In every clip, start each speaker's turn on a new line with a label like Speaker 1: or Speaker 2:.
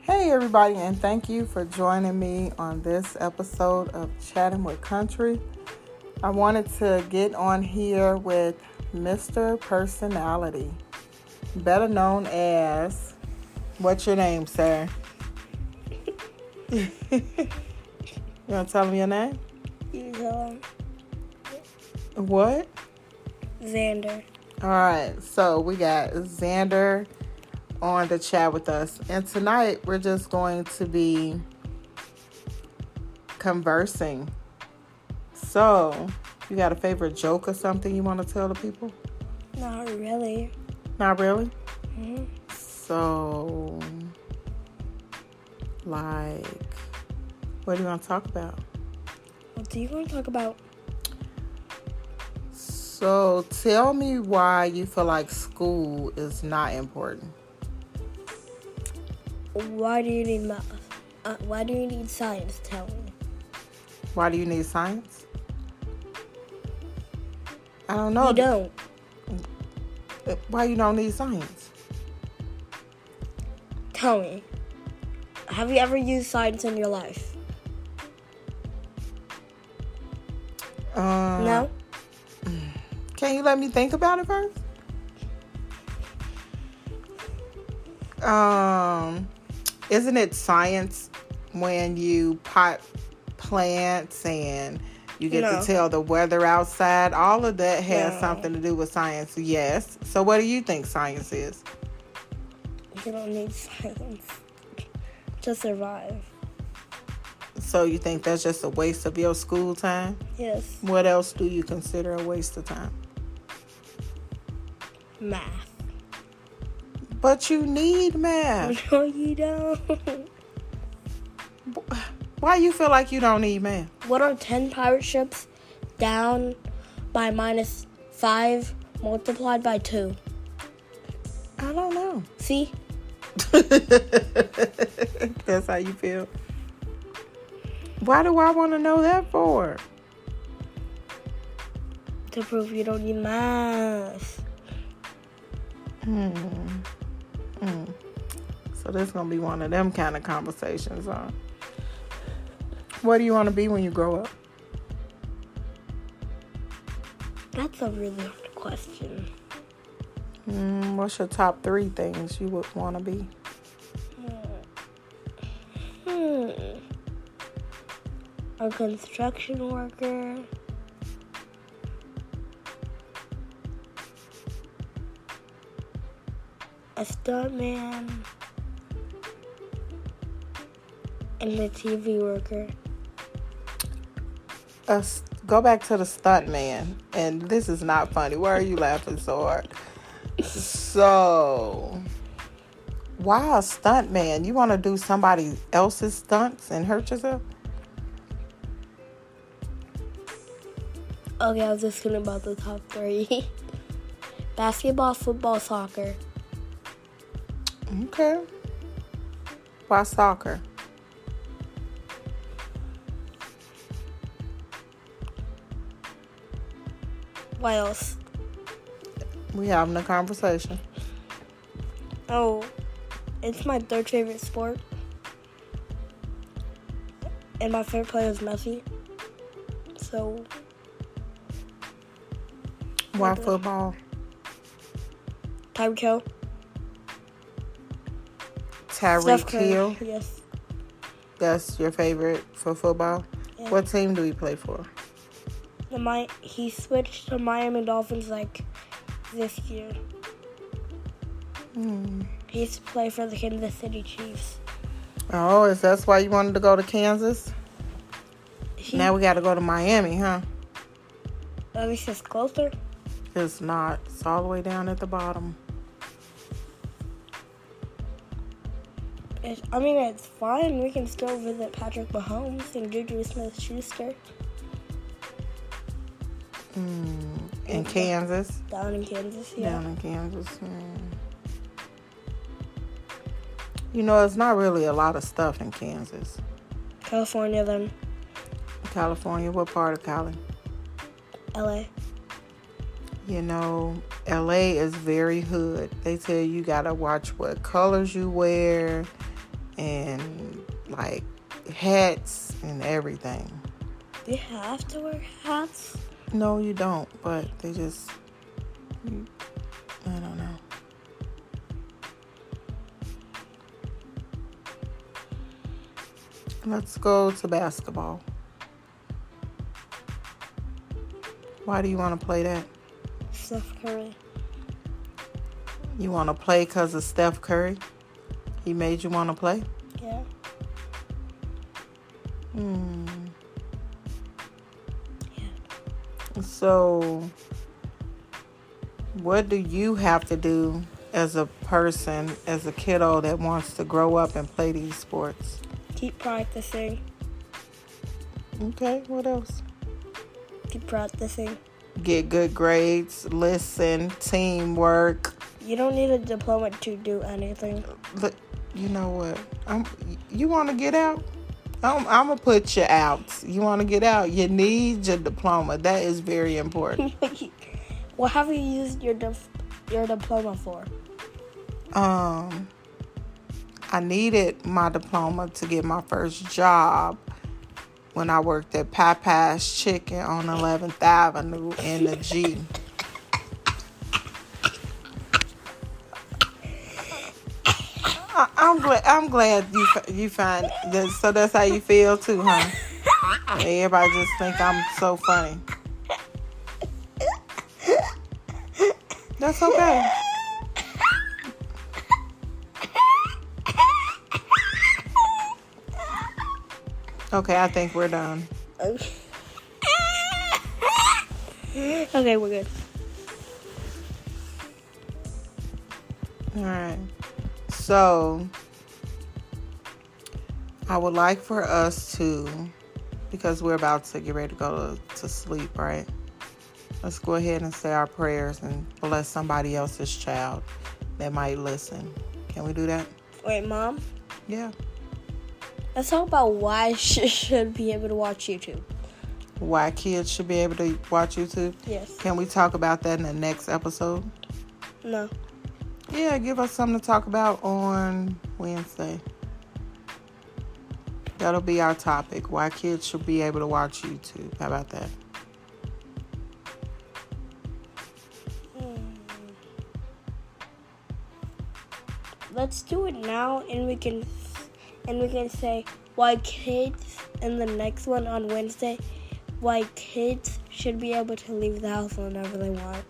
Speaker 1: Hey, everybody, and thank you for joining me on this episode of Chatting with Country. I wanted to get on here with Mr. Personality, better known as what's your name, sir? you want to tell me your name?
Speaker 2: You know,
Speaker 1: What?
Speaker 2: Xander.
Speaker 1: All right, so we got Xander on the chat with us, and tonight we're just going to be conversing. So, you got a favorite joke or something you want to tell the people?
Speaker 2: Not really.
Speaker 1: Not really.
Speaker 2: hmm
Speaker 1: So, like, what do you want to talk about?
Speaker 2: What do you want to talk about?
Speaker 1: So, tell me why you feel like school is not important.
Speaker 2: Why do you need math? Uh, why do you need science? Tell me.
Speaker 1: Why do you need science? I don't know.
Speaker 2: you don't.
Speaker 1: Why you don't need science?
Speaker 2: Tell me. Have you ever used science in your life?
Speaker 1: Uh,
Speaker 2: no.
Speaker 1: Can you let me think about it first? Um, isn't it science when you pot plants and you get
Speaker 2: No.
Speaker 1: to tell the weather outside? All of that has
Speaker 2: No.
Speaker 1: something to do with science. Yes. So what do you think science is?
Speaker 2: You don't need science to survive.
Speaker 1: So you think that's just a waste of your school time?
Speaker 2: Yes.
Speaker 1: What else do you consider a waste of time?
Speaker 2: Math.
Speaker 1: But you need math.
Speaker 2: No, you don't.
Speaker 1: Why you feel like you don't need math?
Speaker 2: What are 10 pirate ships down by minus 5 multiplied by 2?
Speaker 1: I don't know.
Speaker 2: See?
Speaker 1: That's how you feel. Why do I want to know that for?
Speaker 2: To prove you don't need math.
Speaker 1: Hmm. Hmm. So this gonna be one of them kind of conversations, huh? What do you want to be when you grow up?
Speaker 2: That's a really hard question.
Speaker 1: Mm, what's your top three things you would want to be?
Speaker 2: Hmm. A construction worker. A stuntman. And a TV worker.
Speaker 1: A s go back to the stunt man, and this is not funny. Why are you laughing so hard? So, why a stunt man? You want to do somebody else's stunts and hurt yourself?
Speaker 2: Okay, I was just thinking about the top three basketball, football, soccer.
Speaker 1: Okay. Why soccer?
Speaker 2: What else?
Speaker 1: We having a conversation.
Speaker 2: Oh, it's my third favorite sport. And my favorite player is Messi. So,
Speaker 1: Why
Speaker 2: Okay.
Speaker 1: football?
Speaker 2: Tyreek Hill.
Speaker 1: Tyreek Hill.
Speaker 2: Yes.
Speaker 1: That's your favorite for football.
Speaker 2: Yeah.
Speaker 1: What team do you play for?
Speaker 2: The Mi- he switched to Miami Dolphins like this year.
Speaker 1: Hmm.
Speaker 2: He used to play for the Kansas City Chiefs.
Speaker 1: Oh, is that's why you wanted to go to Kansas?
Speaker 2: He,
Speaker 1: Now we got to go to Miami, huh?
Speaker 2: at least it's closer.
Speaker 1: It's not. It's all the way down at the bottom.
Speaker 2: It, I mean, it's fine. We can still visit Patrick Mahomes and Juju Smith Schuster
Speaker 1: Mm, in Kansas.
Speaker 2: down in Kansas. Yeah.
Speaker 1: Down in Kansas. mm. You know, it's not really a lot of stuff in Kansas.
Speaker 2: California, then
Speaker 1: California, what part of Cali?
Speaker 2: LA.
Speaker 1: You know, LA is very hood. They tell you gotta watch what colors you wear. and like hats and everything.
Speaker 2: You have to wear hats.
Speaker 1: No, you don't, but they just. I don't know. Let's go to basketball. Why do you want to play that?
Speaker 2: Steph Curry.
Speaker 1: You want to play because of Steph Curry? He made you want to play?
Speaker 2: Yeah.
Speaker 1: Hmm.
Speaker 2: Yeah.
Speaker 1: So, what do you have to do as a person, as a kiddo that wants to grow up and play these sports?
Speaker 2: Keep practicing.
Speaker 1: Okay, what else?
Speaker 2: Keep practicing.
Speaker 1: Get good grades, listen, teamwork.
Speaker 2: You don't need a diploma to do anything.
Speaker 1: Look, you know what? I'm. You want to get out? I'm. I'm gonna put you out. You want to get out? You need your diploma. That is very important.
Speaker 2: what have you used your dif- your diploma for?
Speaker 1: um, I needed my diploma to get my first job when I worked at Papa's Chicken on 11th Avenue in the G. I, I'm glad. I'm glad you fi- you find that. So that's how you feel too, huh? Everybody just think I'm so funny. That's okay. Okay, I think we're done.
Speaker 2: okay, we're good.
Speaker 1: All right. So I would like for us to, because we're about to get ready to go to, to sleep, right? Let's go ahead and say our prayers and bless somebody else's child that might listen. Can we do that?
Speaker 2: Wait, mom.
Speaker 1: Yeah.
Speaker 2: Let's talk about why she should be able to watch YouTube.
Speaker 1: Why kids should be able to watch YouTube?
Speaker 2: Yes.
Speaker 1: Can we talk about that in the next episode?
Speaker 2: No.
Speaker 1: Yeah, give us something to talk about on Wednesday. That'll be our topic why kids should be able to watch YouTube. How about that?
Speaker 2: Let's do it now, and we can, and we can say why kids in the next one on Wednesday, why kids should be able to leave the house whenever they want.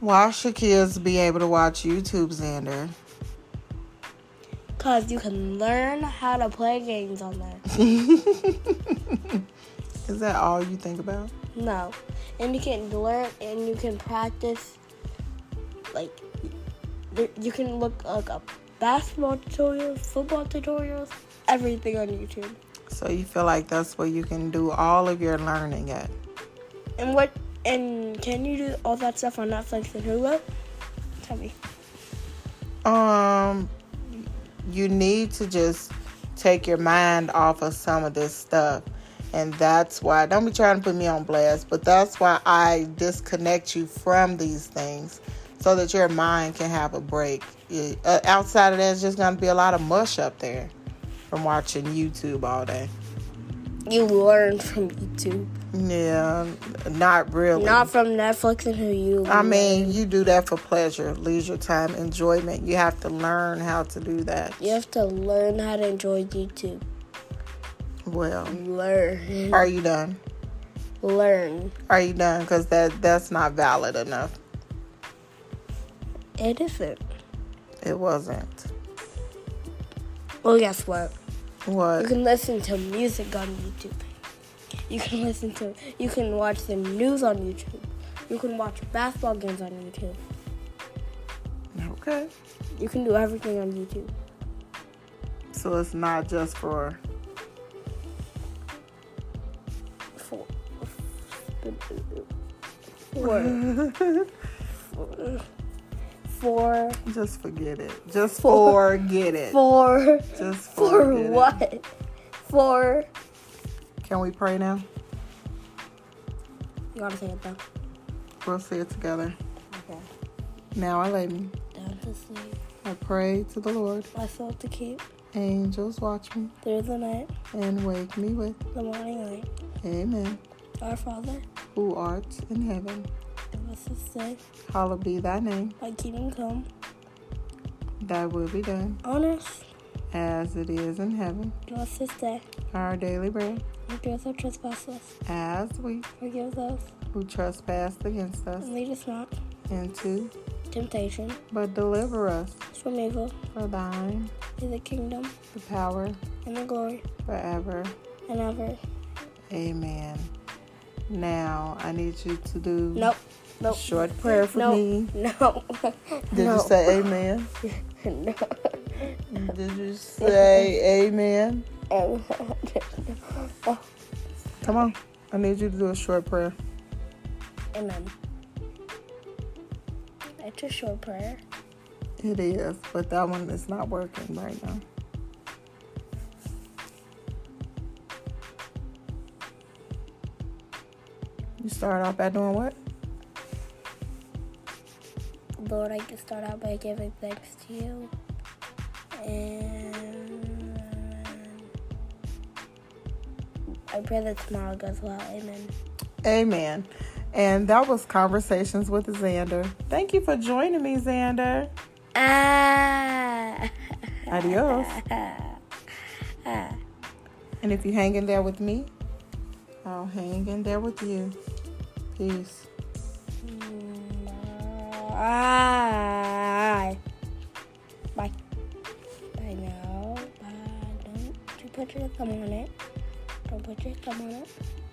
Speaker 1: Why should kids be able to watch YouTube, Xander?
Speaker 2: Cause you can learn how to play games on there.
Speaker 1: Is that all you think about?
Speaker 2: No, and you can learn and you can practice. Like, y- you can look like up basketball tutorials, football tutorials, everything on YouTube.
Speaker 1: So you feel like that's where you can do all of your learning at?
Speaker 2: And what? And can you do all that stuff on Netflix and Hulu? Tell me.
Speaker 1: Um, you need to just take your mind off of some of this stuff. And that's why, don't be trying to put me on blast, but that's why I disconnect you from these things so that your mind can have a break. It- uh, outside of that, it's just going to be a lot of mush up there from watching YouTube all day.
Speaker 2: You learn from YouTube,
Speaker 1: Yeah, not really.
Speaker 2: not from Netflix and Hulu.
Speaker 1: I mean, you do that for pleasure, leisure time, enjoyment. You have to learn how to do that.
Speaker 2: you have to learn how to enjoy YouTube.
Speaker 1: Well,
Speaker 2: Mm-hmm. Learn,
Speaker 1: are you done?
Speaker 2: learn.
Speaker 1: Are you done? Because that that's not valid enough.
Speaker 2: It isn't.
Speaker 1: It wasn't.
Speaker 2: Well, guess what? You
Speaker 1: What?
Speaker 2: can listen to music on YouTube. You can listen to, you can watch the news on YouTube. You can watch basketball games on YouTube.
Speaker 1: Okay.
Speaker 2: You can do everything on YouTube.
Speaker 1: So it's not just for.
Speaker 2: Four. Four. Four.
Speaker 1: Just forget it. Just
Speaker 2: For-
Speaker 1: forget it.
Speaker 2: Four.
Speaker 1: Just
Speaker 2: For
Speaker 1: forget it.
Speaker 2: what? For.
Speaker 1: Can we pray now?
Speaker 2: You gotta say it though.
Speaker 1: We'll see it together.
Speaker 2: Okay.
Speaker 1: Now I lay me.
Speaker 2: Done. to sleep.
Speaker 1: I pray to the Lord.
Speaker 2: My soul to keep.
Speaker 1: Angels watch me
Speaker 2: Through the night,
Speaker 1: and wake me with.
Speaker 2: the morning light.
Speaker 1: Amen.
Speaker 2: Our Father,
Speaker 1: Who art in heaven,
Speaker 2: give us this day.
Speaker 1: hallowed be thy name.
Speaker 2: Thy kingdom come.
Speaker 1: Thy will be done,
Speaker 2: On earth,
Speaker 1: as it is in heaven.
Speaker 2: give us this day.
Speaker 1: Our daily bread,
Speaker 2: And forgive us our trespasses.
Speaker 1: as we
Speaker 2: Forgive those
Speaker 1: who trespass against us,
Speaker 2: and lead us not
Speaker 1: into
Speaker 2: into temptation,
Speaker 1: but deliver us
Speaker 2: from evil.
Speaker 1: for thine,
Speaker 2: To the kingdom
Speaker 1: the power,
Speaker 2: and the glory
Speaker 1: forever.
Speaker 2: and ever.
Speaker 1: Amen. Now I need you to do
Speaker 2: Nope.
Speaker 1: a
Speaker 2: Nope.
Speaker 1: short prayer for
Speaker 2: no,
Speaker 1: me.
Speaker 2: No.
Speaker 1: Did
Speaker 2: no.
Speaker 1: you say amen?
Speaker 2: no?
Speaker 1: Did you say amen?
Speaker 2: Um, no.
Speaker 1: Come on. I need you to do a short prayer.
Speaker 2: Amen. um, It's a short prayer.
Speaker 1: It is, but that one is not working right now. You start off by doing what?
Speaker 2: Lord, I can start out by giving thanks to you. And I pray that tomorrow goes well. Amen.
Speaker 1: Amen. And that was Conversations with Xander. Thank you for joining me, Xander.
Speaker 2: Ah.
Speaker 1: Adios. And if you hang in there with me, I'll hang in there with you. Peace.
Speaker 2: Bye. Bye. Bye now. Bye. Don't you put your thumb on it. Don't put your thumb on it.